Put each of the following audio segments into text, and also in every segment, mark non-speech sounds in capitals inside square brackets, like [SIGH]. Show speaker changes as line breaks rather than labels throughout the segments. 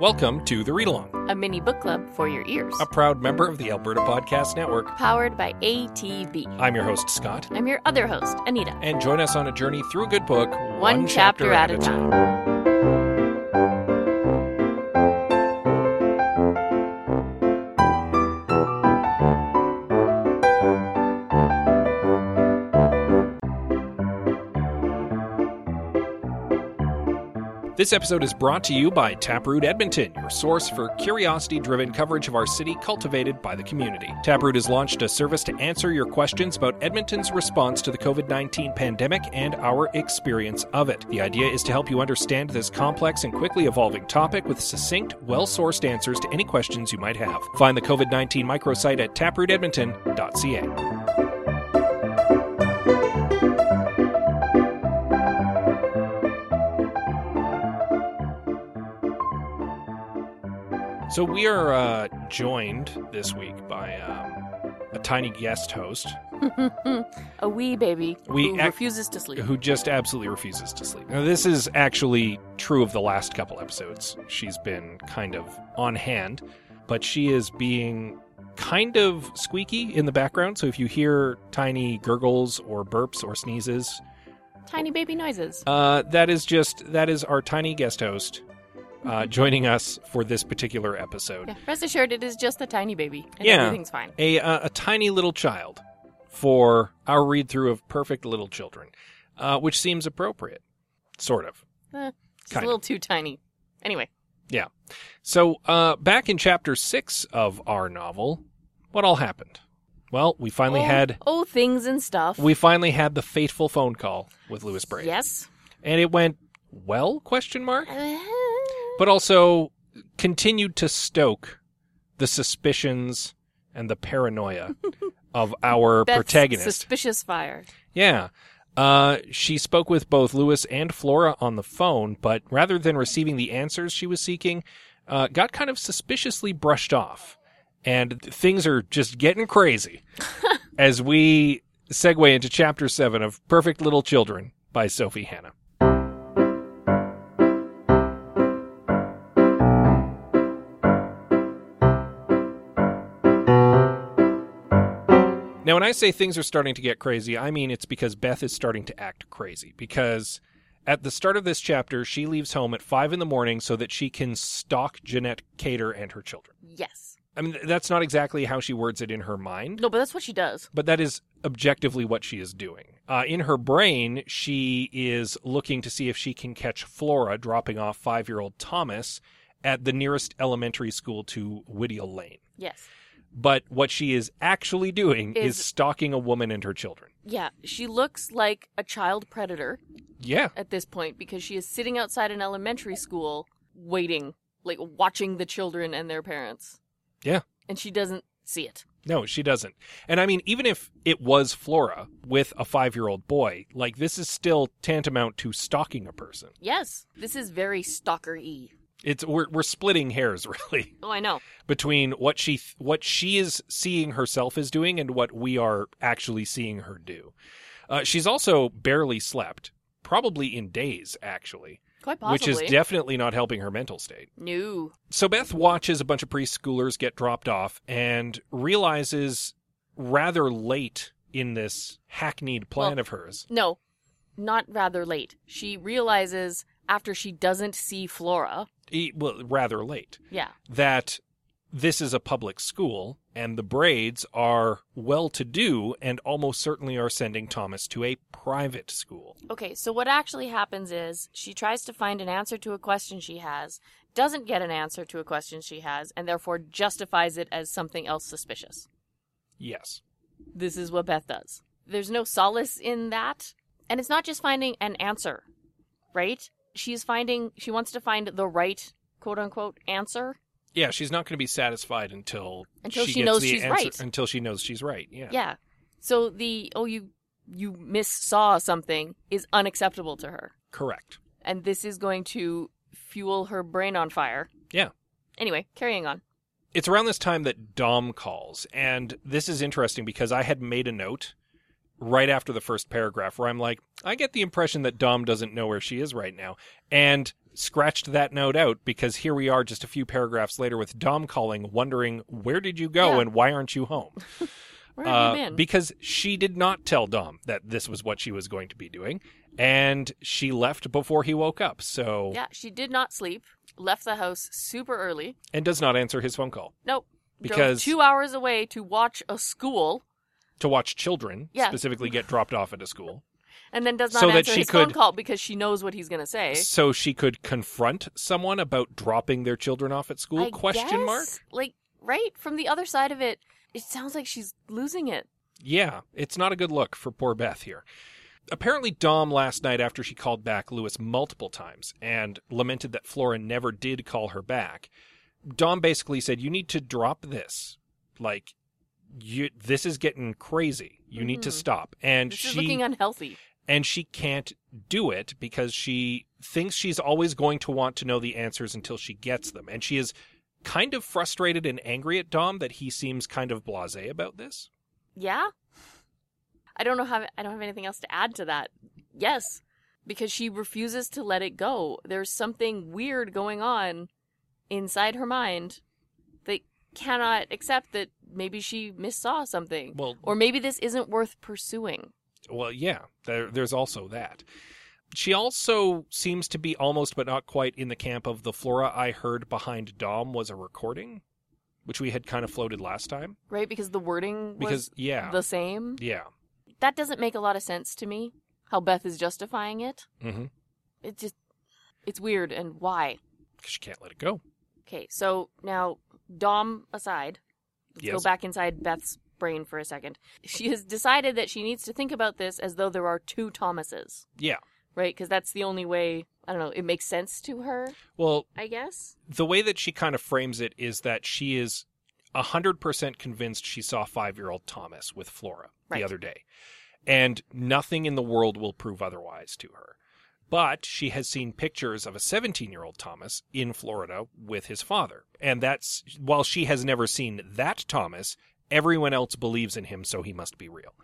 Welcome to the Read Along,
a mini book club for your ears,
a proud member of the Alberta Podcast Network.
powered by ATB.
I'm your host, Scott,
I'm your other host, Anita.
and join us on a journey through a good book,
One, chapter, at a time.
This episode is brought to you by Taproot Edmonton, your source for curiosity driven coverage of our city cultivated by the community. Taproot has launched a service to answer your questions about Edmonton's response to the COVID 19 pandemic and our experience of it. The idea is to help you understand this complex and quickly evolving topic with succinct, well sourced answers to any questions you might have. Find the COVID 19 microsite at taprootedmonton.ca. So we are uh, joined this week by um, a tiny guest host
a wee baby
We
who
ac-
refuses to sleep.
who just absolutely refuses to sleep. Now, this is actually true of the last couple episodes. She's been kind of on hand, but she is being kind of squeaky in the background. So if you hear tiny gurgles or burps or sneezes,
Tiny baby noises.
uh, that is just that is our tiny guest host uh, joining us for this particular episode.
Mm-hmm. Yeah, rest assured, it is just the tiny baby, and
Yeah.
everything's fine.
a uh, a tiny little child for our read through of Perfect Little Children, uh, which seems appropriate, sort of.
It's
Kind
Uh, a
of.
little too tiny. Anyway,
Yeah. So uh, back in chapter six of our novel, what all happened? Well, we finally
oh,
had
oh things and stuff.
we finally had the fateful phone call with Lewis Braid,
yes.
and it went well? Question mark.
Uh,
But also continued to stoke the suspicions and the paranoia of our
Beth's
protagonist.
Suspicious fire.
Yeah. Uh, she spoke with both Lewis and Flora on the phone, but rather than receiving the answers she was seeking, uh, got kind of suspiciously brushed off. And th- things are just getting crazy as we segue into chapter seven of Perfect Little Children by Sophie Hannah. Now, when I say things are starting to get crazy, I mean it's because Beth is starting to act crazy. Because at the start of this chapter, she leaves home at five in the morning so that she can stalk Jeanette Cater and her children.
Yes.
I mean, that's not exactly how she words it in her mind
No, but that's what she does.
but that is objectively what she is doing. Uh, in her brain, she is looking to see if she can catch Flora dropping off five year old Thomas at the nearest elementary school to Whittier Lane.
Yes.
But what she is actually doing is,
Is-
stalking a woman and her children.
Yeah, she looks like a child predator
Yeah.
at this point because she is sitting outside an elementary school waiting, like watching the children and their parents.
Yeah.
And she doesn't see it.
No, she doesn't. And I mean, even if it was Flora with a five year old boy, like this is still tantamount to stalking a person. y.
Yes, this is very stalker y.
It's we're we're splitting hairs [LAUGHS] really.
Oh, I know.
between what she th- what she is seeing herself as doing and what we are actually seeing her do. Uh, she's also barely slept, probably in days actually,
Quite possibly.
which is definitely not helping her mental state.
no.
So Beth watches a bunch of preschoolers get dropped off and realizes rather late in this hackneyed plan
Well-
of hers.
No. Not rather late. She realizes after she doesn't see Flora.
E- well, rather late.
Yeah.
that this is a public school and the Braids are well to do and almost certainly are sending Thomas to a private school.
Okay, so what actually happens is she tries to find an answer to a question she has, doesn't get an answer to a question she has, and therefore justifies it as something else suspicious.
Yes.
This is what Beth does. There's no solace in that. And it's not just finding an answer, right? She's finding, she wants to find the right quote unquote answer.
Yeah, she's not going to be satisfied until
Until she
gets
knows
the
she's
answer-
right.
Until she knows she's right. Yeah.
Yeah. So the, oh, you, you missaw something is unacceptable to her.
Correct.
And this is going to fuel her brain on fire.
Yeah.
Anyway, carrying on.
It's around this time that Dom calls, and this is interesting because I had made a note right after the first paragraph where I'm like, I get the impression that Dom doesn't know where she is right now, and scratched that note out because here we are just a few paragraphs later with Dom calling, wondering, where did you go
Yeah.
and why aren't you home?
Where have you
Uh,
been?
Because she did not tell Dom that this was what she was going to be doing, and she left before he woke up. So
yeah, she did not sleep. Left the house super early.
and does not answer his phone call
Nope.
Because-
Drove two hours away to watch a school,
to watch children
Yeah.
specifically get dropped off at a school,
and then does not
So that
answer
she
his phone
could-
call because she knows what he's going to say.
so she could confront someone about dropping their children off at school?
I
question mark.
guess? Like right from the other side of it, it sounds like she's losing it.
Yeah, it's not a good look for poor Beth here. Apparently, Dom last night after she called back Lewis multiple times and lamented that Flora never did call her back, Dom basically said, You need to drop this. Like, you, this is getting crazy. You need to
Mhm.
stop. And
This is
she
looking unhealthy.
and she can't do it because she thinks she's always going to want to know the answers until she gets them. And she is kind of frustrated and angry at Dom that he seems kind of blasé about this.
Yeah. I don't know how I don't have anything else to add to that. Yes, because she refuses to let it go. There's something weird going on inside her mind that cannot accept that maybe she missaw something
Well,
or maybe this isn't worth pursuing.
Well, yeah, there, there's also that. She also seems to be almost but not quite in the camp of the flora I heard behind Dom was a recording, which we had kind of floated last time.
Right? Because the wording was
Because, yeah.
the same.
yeah.
That doesn't make a lot of sense to me how Beth is justifying it.
Mm-hmm.
It just it's weird and why?
Because she can't let it go.
Okay, so now Dom aside, let's go
Yes.
back inside Beth's brain for a second. She has decided that she needs to think about this as though there are two Thomases,
Yeah.
right? Because that's the only way, I don't know, it makes sense to her,
Well,
I guess.
the way that she kind of frames it is that she is 100% convinced she saw five year old Thomas with Flora
Right.
the other day. And nothing in the world will prove otherwise to her. But she has seen pictures of a 17 year old Thomas in Florida with his father. And that's while she has never seen that Thomas, everyone else believes in him, so he must be real.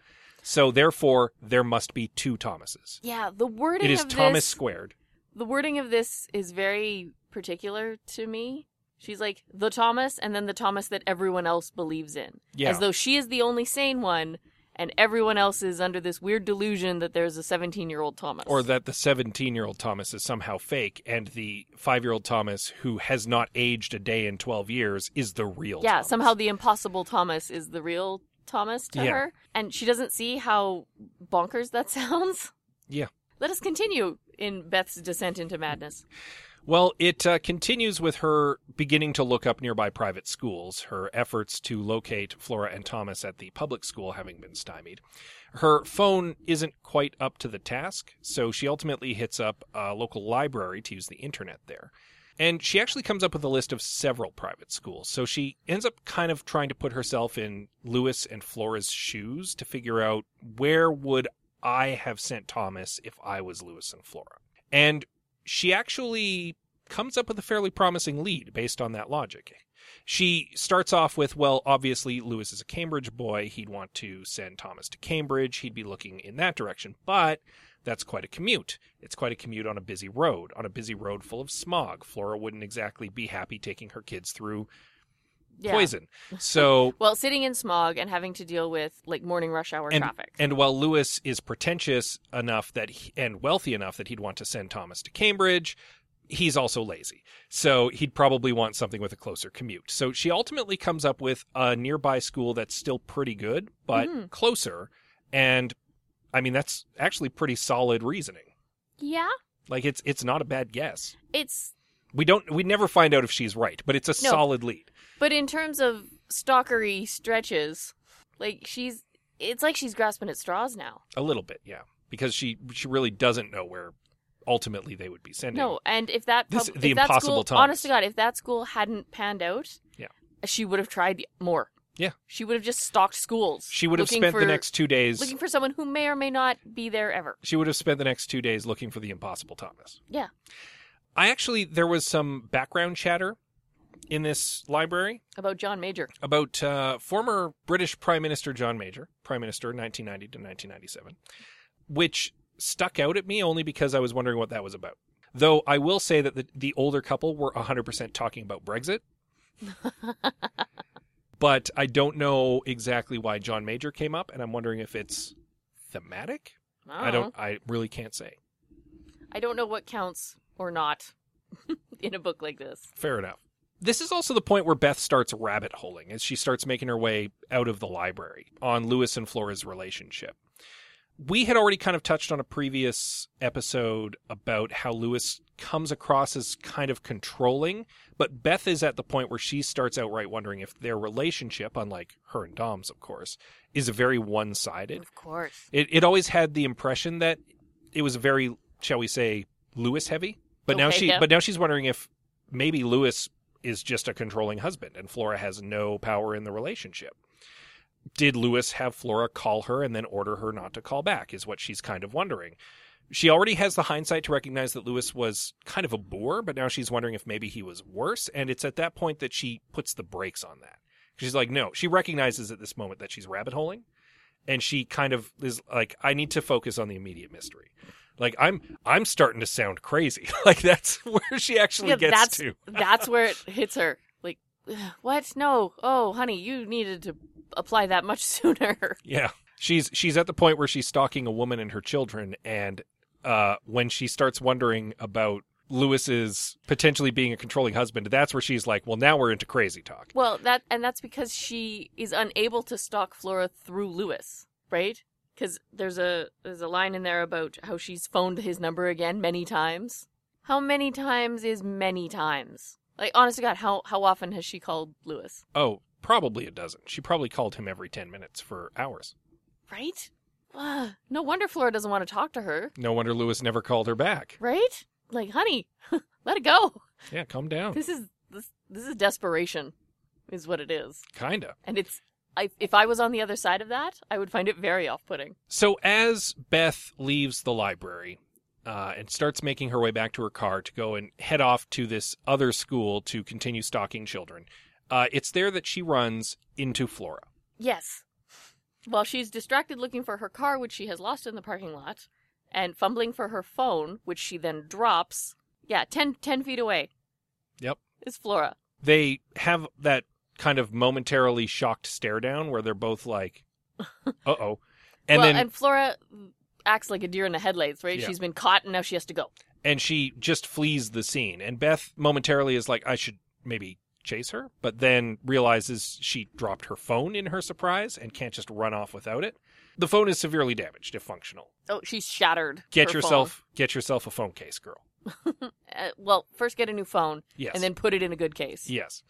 So therefore, there must be two Thomases.
Yeah, the wording
It is
of
Thomas
this,
squared.
the wording of this is very particular to me. She's like the Thomas and then the Thomas that everyone else believes in.
Yeah.
As though she is the only sane one and everyone else is under this weird delusion that there's a 17-year-old Thomas.
or that the 17 year old Thomas is somehow fake and the 5 year old Thomas who has not aged a day in 12 years is the real
yeah
Thomas.
somehow the impossible thomas is the real thomas to
Yeah.
her and she doesn't see how bonkers that [LAUGHS] sounds
Yeah.
let us continue in beth's descent into madness
Well, it uh, continues with her beginning to look up nearby private schools, her efforts to locate Flora and Thomas at the public school having been stymied. Her phone isn't quite up to the task, so she ultimately hits up a local library to use the internet there. And she actually comes up with a list of several private schools, so she ends up kind of trying to put herself in Lewis and Flora's shoes to figure out where would I have sent Thomas if I was Lewis and Flora. And she actually comes up with a fairly promising lead based on that logic. She starts off with, well, obviously Lewis is a Cambridge boy. He'd want to send Thomas to Cambridge. He'd be looking in that direction, but that's quite a commute. It's quite a commute on a busy road, on a busy road full of smog. Flora wouldn't exactly be happy taking her kids through
yeah
poison. So
well sitting in smog and having to deal with like morning rush hour traffic
And while Lewis is pretentious enough that he, and wealthy enough that he'd want to send Thomas to Cambridge, he's also lazy. So he'd probably want something with a closer commute. So she ultimately comes up with a nearby school that's still pretty good, but
Mhm.
closer. And I mean that's actually pretty solid reasoning.
yeah
Like it's it's not a bad guess.
it's
We don't we never find out if she's right, but it's a
No.
solid lead.
but in terms of stalkery stretches like she's it's like she's grasping at straws now
A little bit, yeah. Because she she really doesn't know where ultimately they would be sending.
No, and if that
This-
pub-
the
if that
impossible
school,
Thomas.
honest to God, if that school hadn't panned out,
Yeah.
she would have tried more.
Yeah.
she would have just stalked schools.
She would have
looking
spent
for-
the next two days
looking for someone who may or may not be there ever.
she would have spent the next two days looking for the impossible Thomas.
Yeah.
I actually, there was some background chatter in this library
About John Major,
about uh, former British Prime Minister John Major, Prime Minister 1990 to 1997, which stuck out at me only because I was wondering what that was about. Though I will say that the, the older couple were 100% talking about Brexit. but I don't know exactly why John Major came up, and I'm wondering if it's thematic. I don't, I really can't say.
I don't know what counts or not [LAUGHS] in a book like this.
Fair enough. This is also the point where Beth starts rabbit holing as she starts making her way out of the library on Lewis and Flora's relationship. We had already kind of touched on a previous episode about how Lewis comes across as kind of controlling, but Beth is at the point where she starts outright wondering if their relationship, unlike her and Dom's, of course, is very one sided.
Of course.
It, it always had the impression that it was very, shall we say, Lewis heavy. But now
Okay,
she,
yeah.
but now she's wondering if maybe Lewis is just a controlling husband and Flora has no power in the relationship. Did Lewis have Flora call her and then order her not to call back? Is what she's kind of wondering. She already has the hindsight to recognize that Lewis was kind of a boor, but now she's wondering if maybe he was worse. And it's at that point that she puts the brakes on that. She's like, no, she recognizes at this moment that she's rabbit holing. And she kind of is like, I need to focus on the immediate mystery. Like I'm, I'm starting to sound crazy. [LAUGHS] Like that's where she actually
Yeah,
gets
that's-
to.
That's where
[LAUGHS]
it hits her. Like, "Ugh, what? No. Oh, honey, you needed to apply that much [LAUGHS] sooner.
Yeah. She's she's at the point where she's stalking a woman and her children and uh when she starts wondering about Lewis's potentially being a controlling husband, that's where she's like, "Well, now we're into crazy talk."
Well, that and that's because she is unable to stalk Flora through Lewis, right? Because there's a there's a line in there about how she's phoned his number again many times. How many times is many times? Like, honest to God, how how often has she called Lewis?
Oh, probably a dozen. She probably called him every 10 minutes for hours.
Right? Ugh, no wonder Flora doesn't want to talk to her,
No wonder Lewis never called her back.
right? Like, honey, [LAUGHS] let it go.
Yeah, calm down.
This is this this is desperation, is what it is,
Kinda.
and it's. I, if I was on the other side of that, I would find it very off-putting.
So as Beth leaves the library uh, and starts making her way back to her car to go and head off to this other school to continue stalking children, uh, it's there that she runs into Flora.
Yes. While she's distracted looking for her car, which she has lost in the parking lot, and fumbling for her phone, which she then drops. Yeah, ten ten feet away.
Yep.
Is Flora.
They have that kind of momentarily shocked stare down where they're both like, "Uh oh," and
well,
then and-,
and Flora acts like a deer in the headlights, right?
Yeah.
She's been caught and now she has to go.
she just flees the scene. And Beth momentarily is like, "I should maybe." Chase her, but then realizes she dropped her phone in her surprise and can't just run off without it. The phone is severely damaged, if functional.
Oh, she's shattered.
get
her
yourself get yourself a phone case girl
phone. Uh, well, first get a new phone
yes
and then put it in a good case.
yes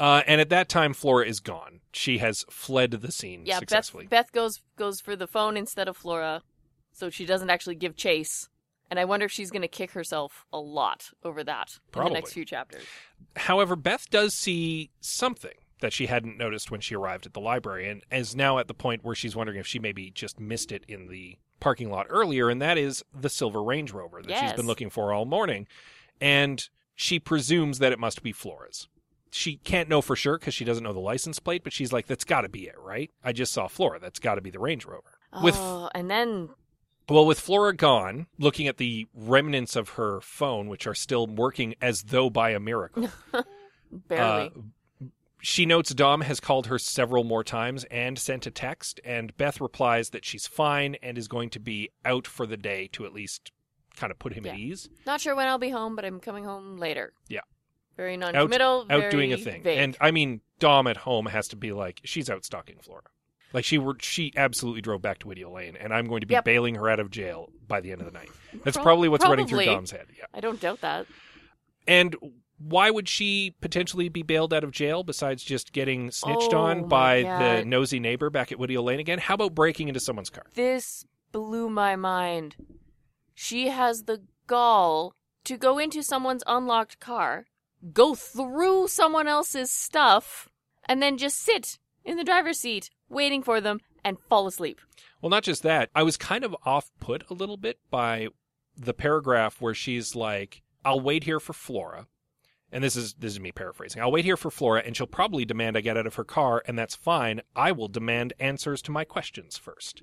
uh, and at that time flora is gone she has fled the scene
Yeah, Beth,
successfully
Beth goes goes for the phone instead of Flora, so she doesn't actually give chase. And I wonder if she's going to kick herself a lot over that in
Probably.
the next few chapters.
however beth does see something that she hadn't noticed when she arrived at the library and is now at the point where she's wondering if she maybe just missed it in the parking lot earlier and that is the silver range rover that she's
Yes.
been looking for all morning and she presumes that it must be flora's she can't know for sure because she doesn't know the license plate but she's like that's got to be it right i just saw flora that's got to be the range rover with
oh, and then
Well, with Flora gone, looking at the remnants of her phone, which are still working as though by a miracle,
barely.
uh, she notes Dom has called her several more times and sent a text, and Beth replies that she's fine and is going to be out for the day to at least kind of put him at
Yeah.
ease.
Not sure when I'll be home, but I'm coming home later.
Yeah.
Very non-committal.
Out doing a
very
thing.
vague.
And I mean, Dom at home has to be like, she's out stalking Flora. Like she were, she absolutely drove back to Whittier Lane, and I'm going to be
Yep.
bailing her out of jail by the end of the night. That's
Prob-
probably what's running through
probably.
Dom's head. Yeah.
I don't doubt that.
And why would she potentially be bailed out of jail besides just getting snitched
Oh
on
my
by the
God.
nosy neighbor back at Whittier Lane again? How about breaking into someone's car?
This blew my mind. She has the gall to go into someone's unlocked car, go through someone else's stuff, and then just sit in the driver's seat waiting for them and fall asleep.
Well, not just that. I was kind of off put a little bit by the paragraph where she's like, "I'll wait here for Flora." And this is this is me paraphrasing. I'll wait here for Flora and she'll probably demand I get out of her car and that's fine. I will demand answers to my questions first.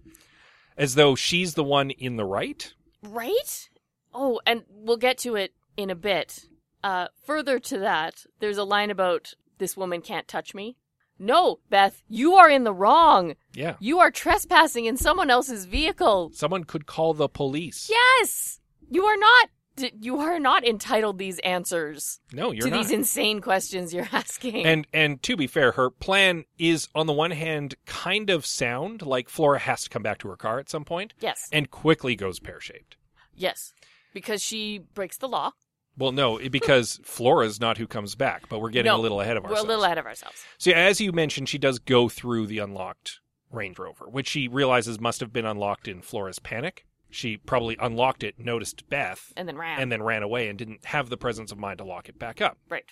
As though she's the one in the right.
Right? Oh, and we'll get to it in a bit. Uh, further to that, there's a line about this woman can't touch me. No, Beth, you are in the wrong.
Yeah.
You are trespassing in someone else's vehicle.
Someone could call the police.
Yes, you are not. d- You are not entitled these answers
No, you're
to
not.
these insane questions you're [LAUGHS] asking.
And and to be fair, her plan is on the one hand kind of sound, like Flora has to come back to her car at some point,
yes,
and quickly goes pear shaped.
yes, because she breaks the law.
Well, no, it-
[LAUGHS]
because Flora's not who comes back, but we're getting
No,
a little ahead of
We're a
ourselves.
little ahead of ourselves.
so as you mentioned, she does go through the unlocked Range Rover, which she realizes must have been unlocked in Flora's panic. She probably unlocked it, noticed Beth,
And then ran.
and then ran away and didn't have the presence of mind to lock it back up.
right.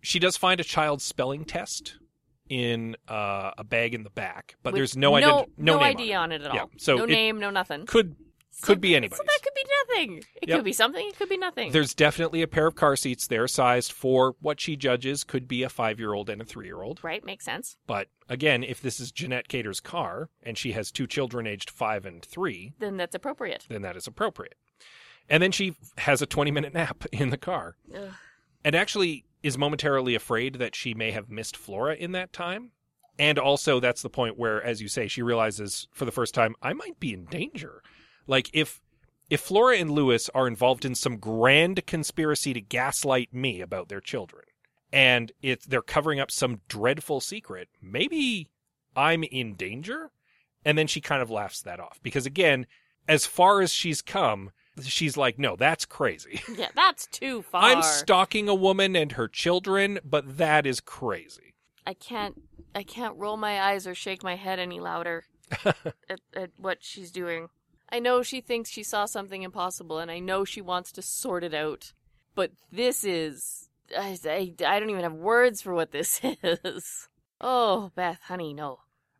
she does find a child's spelling test in uh, a bag in the back, but
With
there's no ident-
no,
no, name
idea on it, at all.
Yeah, so
no
it-
name, no nothing.
it. Could
So-
could be anybody's.
So that could be nothing. It
Yep.
could be something. It could be nothing.
There's definitely a pair of car seats there, sized for what she judges could be a five year old and a three year old.
right? Makes sense.
But again, if this is Jeanette Cater's car and she has two children aged five and three,
Then that's appropriate.
then that is appropriate. And then she has a 20 minute nap [LAUGHS] in the car
Ugh.
and actually is momentarily afraid that she may have missed Flora in that time. And also, that's the point where, as you say, she realizes for the first time, I might be in danger. Like if if Flora and Lewis are involved in some grand conspiracy to gaslight me about their children, and if they're covering up some dreadful secret, maybe I'm in danger. And then she kind of laughs that off because, again, as far as she's come, she's like, "No, that's crazy."
Yeah, that's too far.
I'm stalking a woman and her children, but that is crazy.
I can't. I can't roll my eyes or shake my head any
[LAUGHS]
louder at, at what she's doing. I know she thinks she saw something impossible, and I know she wants to sort it out. But this is. I, I, I don't even have words for what this [LAUGHS] is. Oh, Beth, honey, no.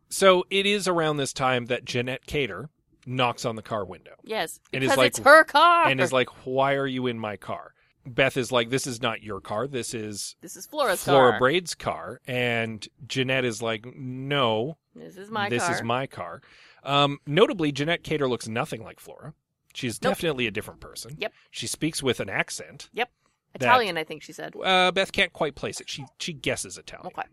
So it is around this time that Jeanette Cater knocks on the car window
Yes,
And is
because
like-
it's her car.
and is like, Why are you in my car? Beth is like, This is not your car. This is
this is Flora's
Flora
car.
Braid's car. And Jeanette is like, No,
This is my
this
car.
is my car. Um, notably, Jeanette Cater looks nothing like Flora. She's
Nope.
definitely a different person.
Yep.
She speaks with an accent. that-
Italian, I think she said.
Uh, Beth can't quite place it. She she guesses Italian.
Okay.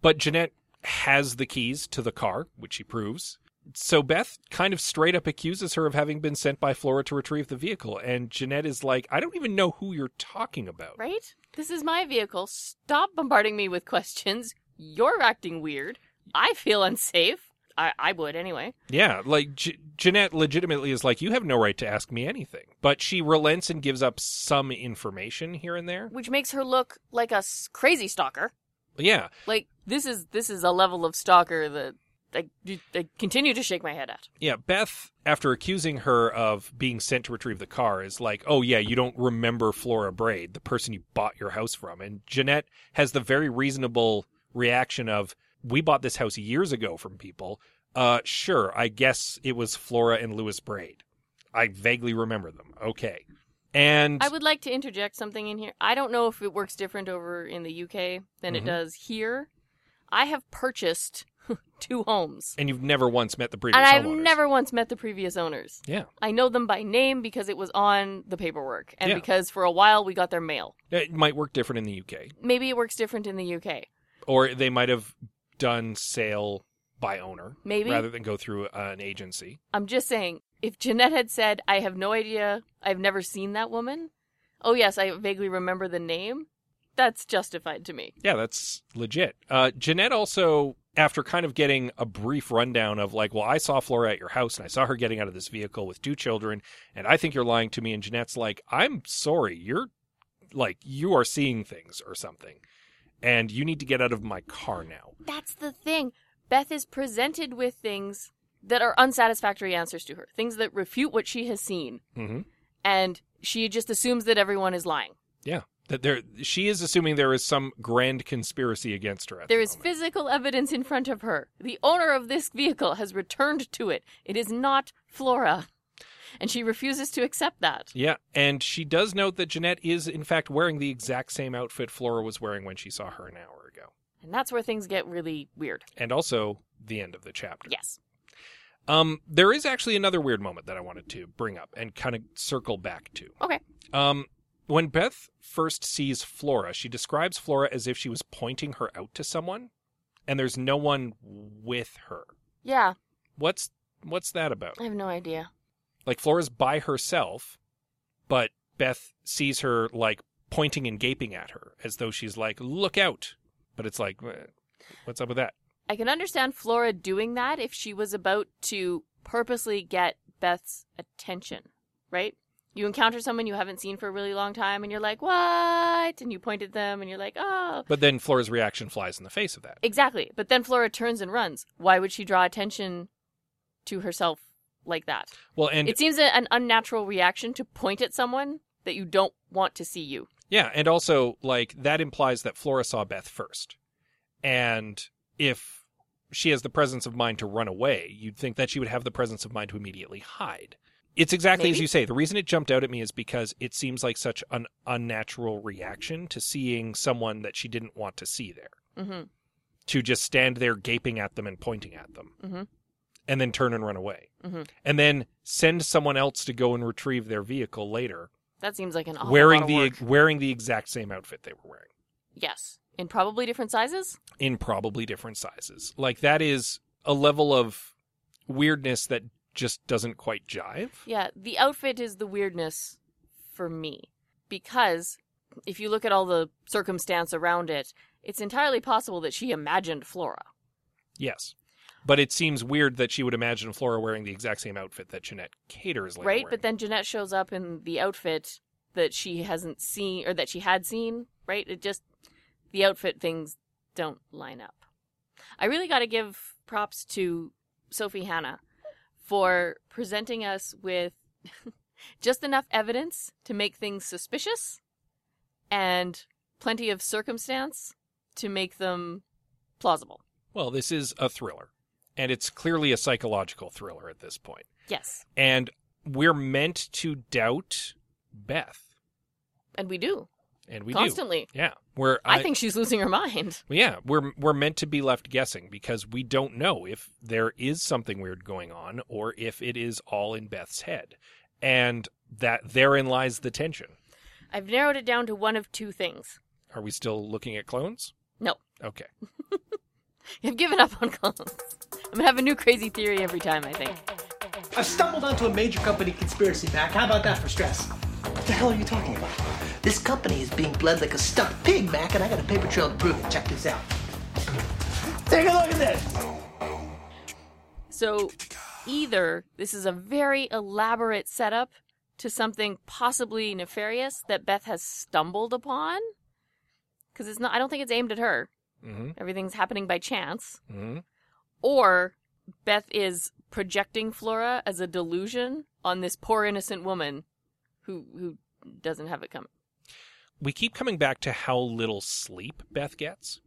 But Jeanette has the keys to the car, which she proves. So Beth kind of straight up accuses her of having been sent by Flora to retrieve the vehicle. And Jeanette is like, I don't even know who you're talking about.
Right? This is my vehicle. Stop bombarding me with questions. You're acting weird. I feel unsafe. I, I would anyway.
Yeah, like Je- Jeanette legitimately is like, You have no right to ask me anything. But she relents and gives up some information here and there.
Which makes her look like a s- crazy stalker.
Yeah.
Like this is this is a level of stalker that I, I continue to shake my head at.
Yeah, Beth, after accusing her of being sent to retrieve the car, is like, oh, yeah, you don't remember Flora Braid, the person you bought your house from. And Jeanette has the very reasonable reaction of, we bought this house years ago from people. Uh, sure, I guess it was Flora and Louis Braid. I vaguely remember them. Okay. And
I would like to interject something in here. I don't know if it works different over in the UK than it
Mhm.
does here. I have purchased [LAUGHS] two homes.
and you've never once met the previous
And I've
homeowners.
never once met the previous owners.
Yeah.
I know them by name because it was on the paperwork and
Yeah.
because for a while we got their mail.
It might work different in the UK.
Maybe it works different in the UK.
Or they might have done sale by owner
Maybe.
rather than go through uh, an agency.
I'm just saying, if Jeanette had said, I have no idea, I've never seen that woman, oh, yes, I vaguely remember the name, that's justified to me.
Yeah, that's legit. Uh, Jeanette also, after kind of getting a brief rundown of like, well, I saw Flora at your house and I saw her getting out of this vehicle with two children, and I think you're lying to me. And Jeanette's like, I'm sorry, you're like, you are seeing things or something, and you need to get out of my car now.
That's the thing. Beth is presented with things that are unsatisfactory answers to her, things that refute what she has seen,
Mm-hmm.
and she just assumes that everyone is lying.
That there, she is assuming there is some grand conspiracy against her. At
There
the
is
moment.
physical evidence in front of her. The owner of this vehicle has returned to it. It is not Flora. And she refuses to accept that.
Yeah, and she does note that Jeanette is in fact wearing the exact same outfit Flora was wearing when she saw her an hour ago.
And that's where things get really weird.
And also the end of the chapter.
Yes.
Um, there is actually another weird moment that I wanted to bring up and kind of circle back to.
Okay.
Um, When Beth first sees Flora, she describes Flora as if she was pointing her out to someone, and there's no one with her.
Yeah,
What's what's that about?
I have no idea.
Like Flora's by herself, but Beth sees her like pointing and gaping at her as though she's like, "Look out!" But it's like, eh, what's up with that?
I can understand Flora doing that if she was about to purposely get Beth's attention, right? You encounter someone you haven't seen for a really long time and you're like, what? And you point at them and you're like, oh.
But then Flora's reaction flies in the face of that.
Exactly. But then Flora turns and runs. Why would she draw attention to herself like that?
Well, and
it seems a, an unnatural reaction to point at someone that you don't want to see you.
Yeah, and also like that implies that Flora saw Beth first. And if she has the presence of mind to run away, you'd think that she would have the presence of mind to immediately hide. It's exactly as
Maybe.
you say. The reason it jumped out at me is because it seems like such an unnatural reaction to seeing someone that she didn't want to see there,
Mm
to just stand there gaping at them and pointing at them,
hmm. Mm hmm.
and then turn and run away,
Mhm.
and then send someone else to go and retrieve their vehicle later,
That seems like an awful Oh, lot
wearing
of
the
work.
wearing the exact same outfit they were wearing.
Yes. In probably different sizes?
in probably different sizes. Like that is a level of weirdness that just doesn't quite jive.
Yeah, the outfit is the weirdness for me because if you look at all the circumstance around it, it's entirely possible that she imagined Flora.
Yes. But it seems weird that she would imagine Flora wearing the exact same outfit that Jeanette Cater is later
right?
wearing.
But then Jeanette shows up in the outfit that she hasn't seen or that she had seen, right? It just the outfit things don't line up. I really got to give props to Sophie Hannah for presenting us with [LAUGHS] just enough evidence to make things suspicious and plenty of circumstance to make them plausible.
well, this is a thriller, and it's clearly a psychological thriller at this point.
Yes,
And we're meant to doubt Beth,
and we do
and we
constantly.
do. Yeah, we're.
I, think she's losing her mind.
Well, yeah, we're we're meant to be left guessing because we don't know if there is something weird going on or if it is all in Beth's head. And that therein lies the tension.
I've narrowed it down to one of two things.
Are we still looking at clones?
No. [LAUGHS]
Okay.
I've given up on columns. [LAUGHS] I'm gonna have a new crazy theory every time, I think.
I've stumbled onto a major company conspiracy pack. How about that for stress?
What the hell are you talking about?
This company is being bled like a stuffed pig, Mac, and I got a paper trail to prove it. Check this out. Take a look at this.
So, either this is a very elaborate setup to something possibly nefarious that Beth has stumbled upon, because it's not. I don't think it's aimed at her.
Mm-hmm.
Everything's happening by chance,
Mm-hmm.
or Beth is projecting Flora as a delusion on this poor innocent woman who who doesn't have it coming.
We keep coming back to how little sleep Beth gets.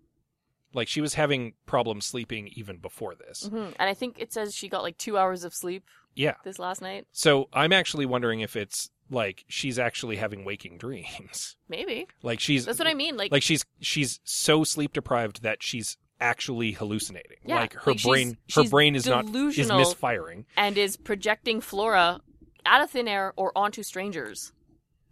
Like she was having problems sleeping even before this.
Mhm. And I think it says she got like two hours of sleep
Yeah.
this last night.
So I'm actually wondering if it's like she's actually having waking [LAUGHS] dreams.
Maybe
Like she's
that's what I mean. Like
like she's she's so sleep deprived that she's actually hallucinating.
Yeah,
like her
like she's-
brain her
she's
brain is not is
delusional.
misfiring.
and is projecting Flora out of thin air or onto strangers.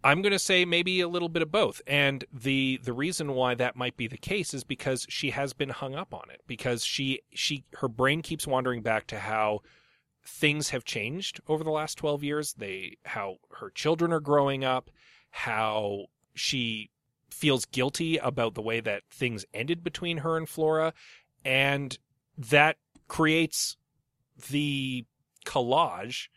I'm going to say maybe a little bit of both. And the the reason why that might be the case is because she has been hung up on it because she she her brain keeps wandering back to how things have changed over the last 12 years, they how her children are growing up, how she feels guilty about the way that things ended between her and Flora and that creates the collage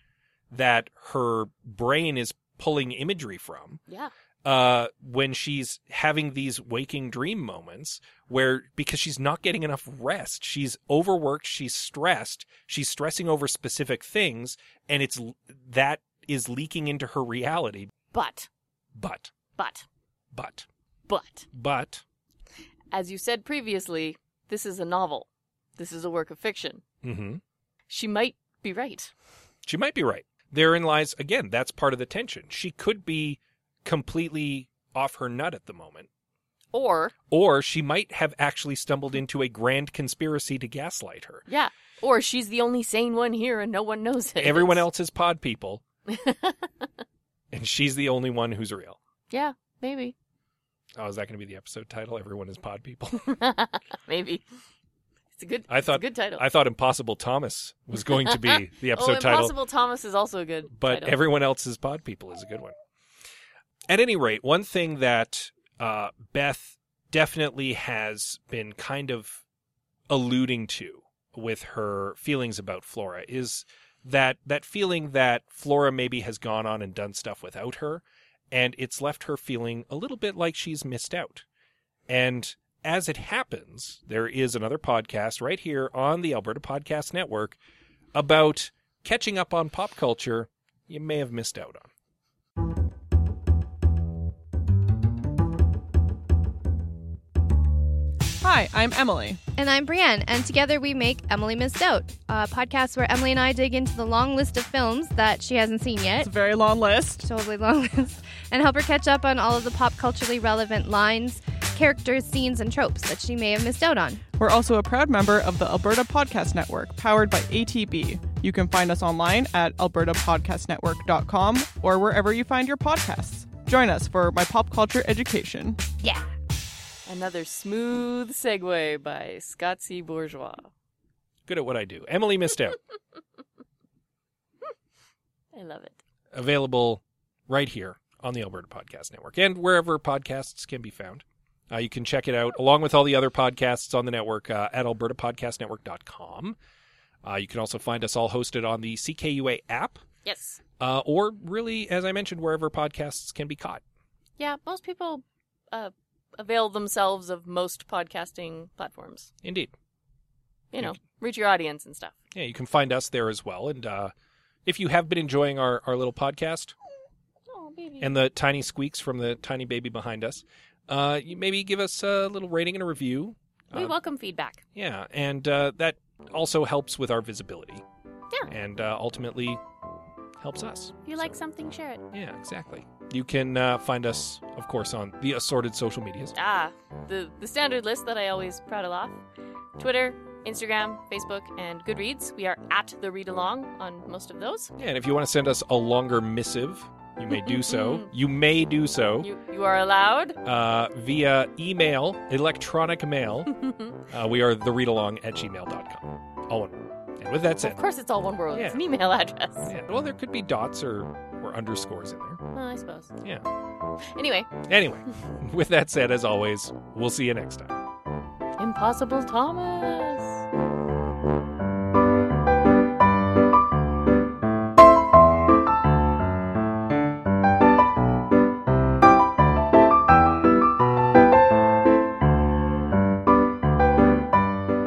that her brain is pulling imagery from
Yeah,
uh, when she's having these waking dream moments where because she's not getting enough rest, she's overworked, she's stressed, she's stressing over specific things, and it's that is leaking into her reality.
but
But,
but
but,
but
but,
as you said previously, this is a novel. This is a work of fiction.
mm-hmm.
She might be right.
She might be right. Therein lies, again, that's part of the tension. She could be completely off her nut at the moment,
Or
or she might have actually stumbled into a grand conspiracy to gaslight her.
yeah, or she's the only sane one here and no one knows it.
Everyone else is pod people. and she's the only one who's real.
Yeah, Maybe. [LAUGHS]
Oh, is that going to be the episode title? Everyone is pod people.
Maybe. It's a good
I
it's a
thought
good title.
I thought Impossible Thomas was going to be the
oh,
episode title.
Impossible Thomas is also a good
but
title.
everyone else's pod people is a good one. At any rate, one thing that uh, Beth definitely has been kind of alluding to with her feelings about Flora is that that feeling that Flora maybe has gone on and done stuff without her, and it's left her feeling a little bit like she's missed out. And as it happens, there is another podcast right here on the Alberta Podcast Network about catching up on pop culture you may have missed out on.
Hi, I'm Emily.
And I'm Brienne, and together we make Emily Missed Out, a podcast where Emily and I dig into the long list of films that she hasn't seen
It's
yet,
a very long list.
totally long [LAUGHS] list, and help her catch up on all of the pop culturally relevant lines, characters, scenes, and tropes that she may have missed out on.
We're also a proud member of the Alberta Podcast Network, powered by ATB. You can find us online at albertapodcastnetwork.com or wherever you find your podcasts. Join us for my pop culture education.
Yeah.
Another smooth segue by Scott C. Bourgeois.
Good at what I do. Emily missed out.
I love it.
Available right here on the Alberta Podcast Network and wherever podcasts can be found. Uh, you can check it out along with all the other podcasts on the network uh, at albertapodcastnetwork.com. Uh, you can also find us all hosted on the CKUA app
Yes.
uh, or really, as I mentioned, wherever podcasts can be caught.
Yeah, most people uh, avail themselves of most podcasting platforms.
Indeed.
You know, reach your audience and stuff.
Yeah, you can find us there as well. And uh, if you have been enjoying our, our little podcast,
Oh, baby.
and the tiny squeaks from the tiny baby behind us, uh, you maybe give us a little rating and a review.
we
Um,
welcome feedback.
Yeah, and uh, that also helps with our visibility.
Yeah.
And uh, ultimately helps us.
If you like something, share it.
Yeah, exactly. You can uh, find us, of course, on the assorted social medias.
Ah, the, the standard list that I always prattle off Twitter, Instagram, Facebook, and Goodreads. We are at the read along on most of those.
Yeah, and if you want to send us a longer missive, you may do
[LAUGHS]
so. You may do so
You, you are allowed.
uh, via email, electronic
[LAUGHS]
mail. uh, we are the readalong at gmail.com. All one. word. And with that said,
Of course, it's all one word. It's
Yeah.
an email [LAUGHS] address.
Yeah, well, there could be dots or, or underscores in there.
Well, I suppose.
Yeah.
Anyway,
Anyway, [LAUGHS] with that said, as always, we'll see you next time.
Impossible Thomas.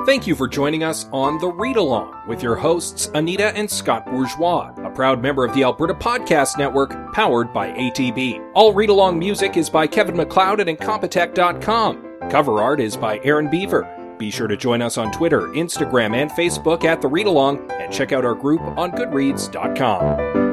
Thank you for joining us on The Read Along with your hosts, Anita and Scott Bourgeois, a proud member of the Alberta Podcast Network, powered by ATB. All read along music is by Kevin McLeod at Incompetech.com. Cover art is by Aaron Beaver. Be sure to join us on Twitter, Instagram, and Facebook at The Read Along, and check out our group on Goodreads.com.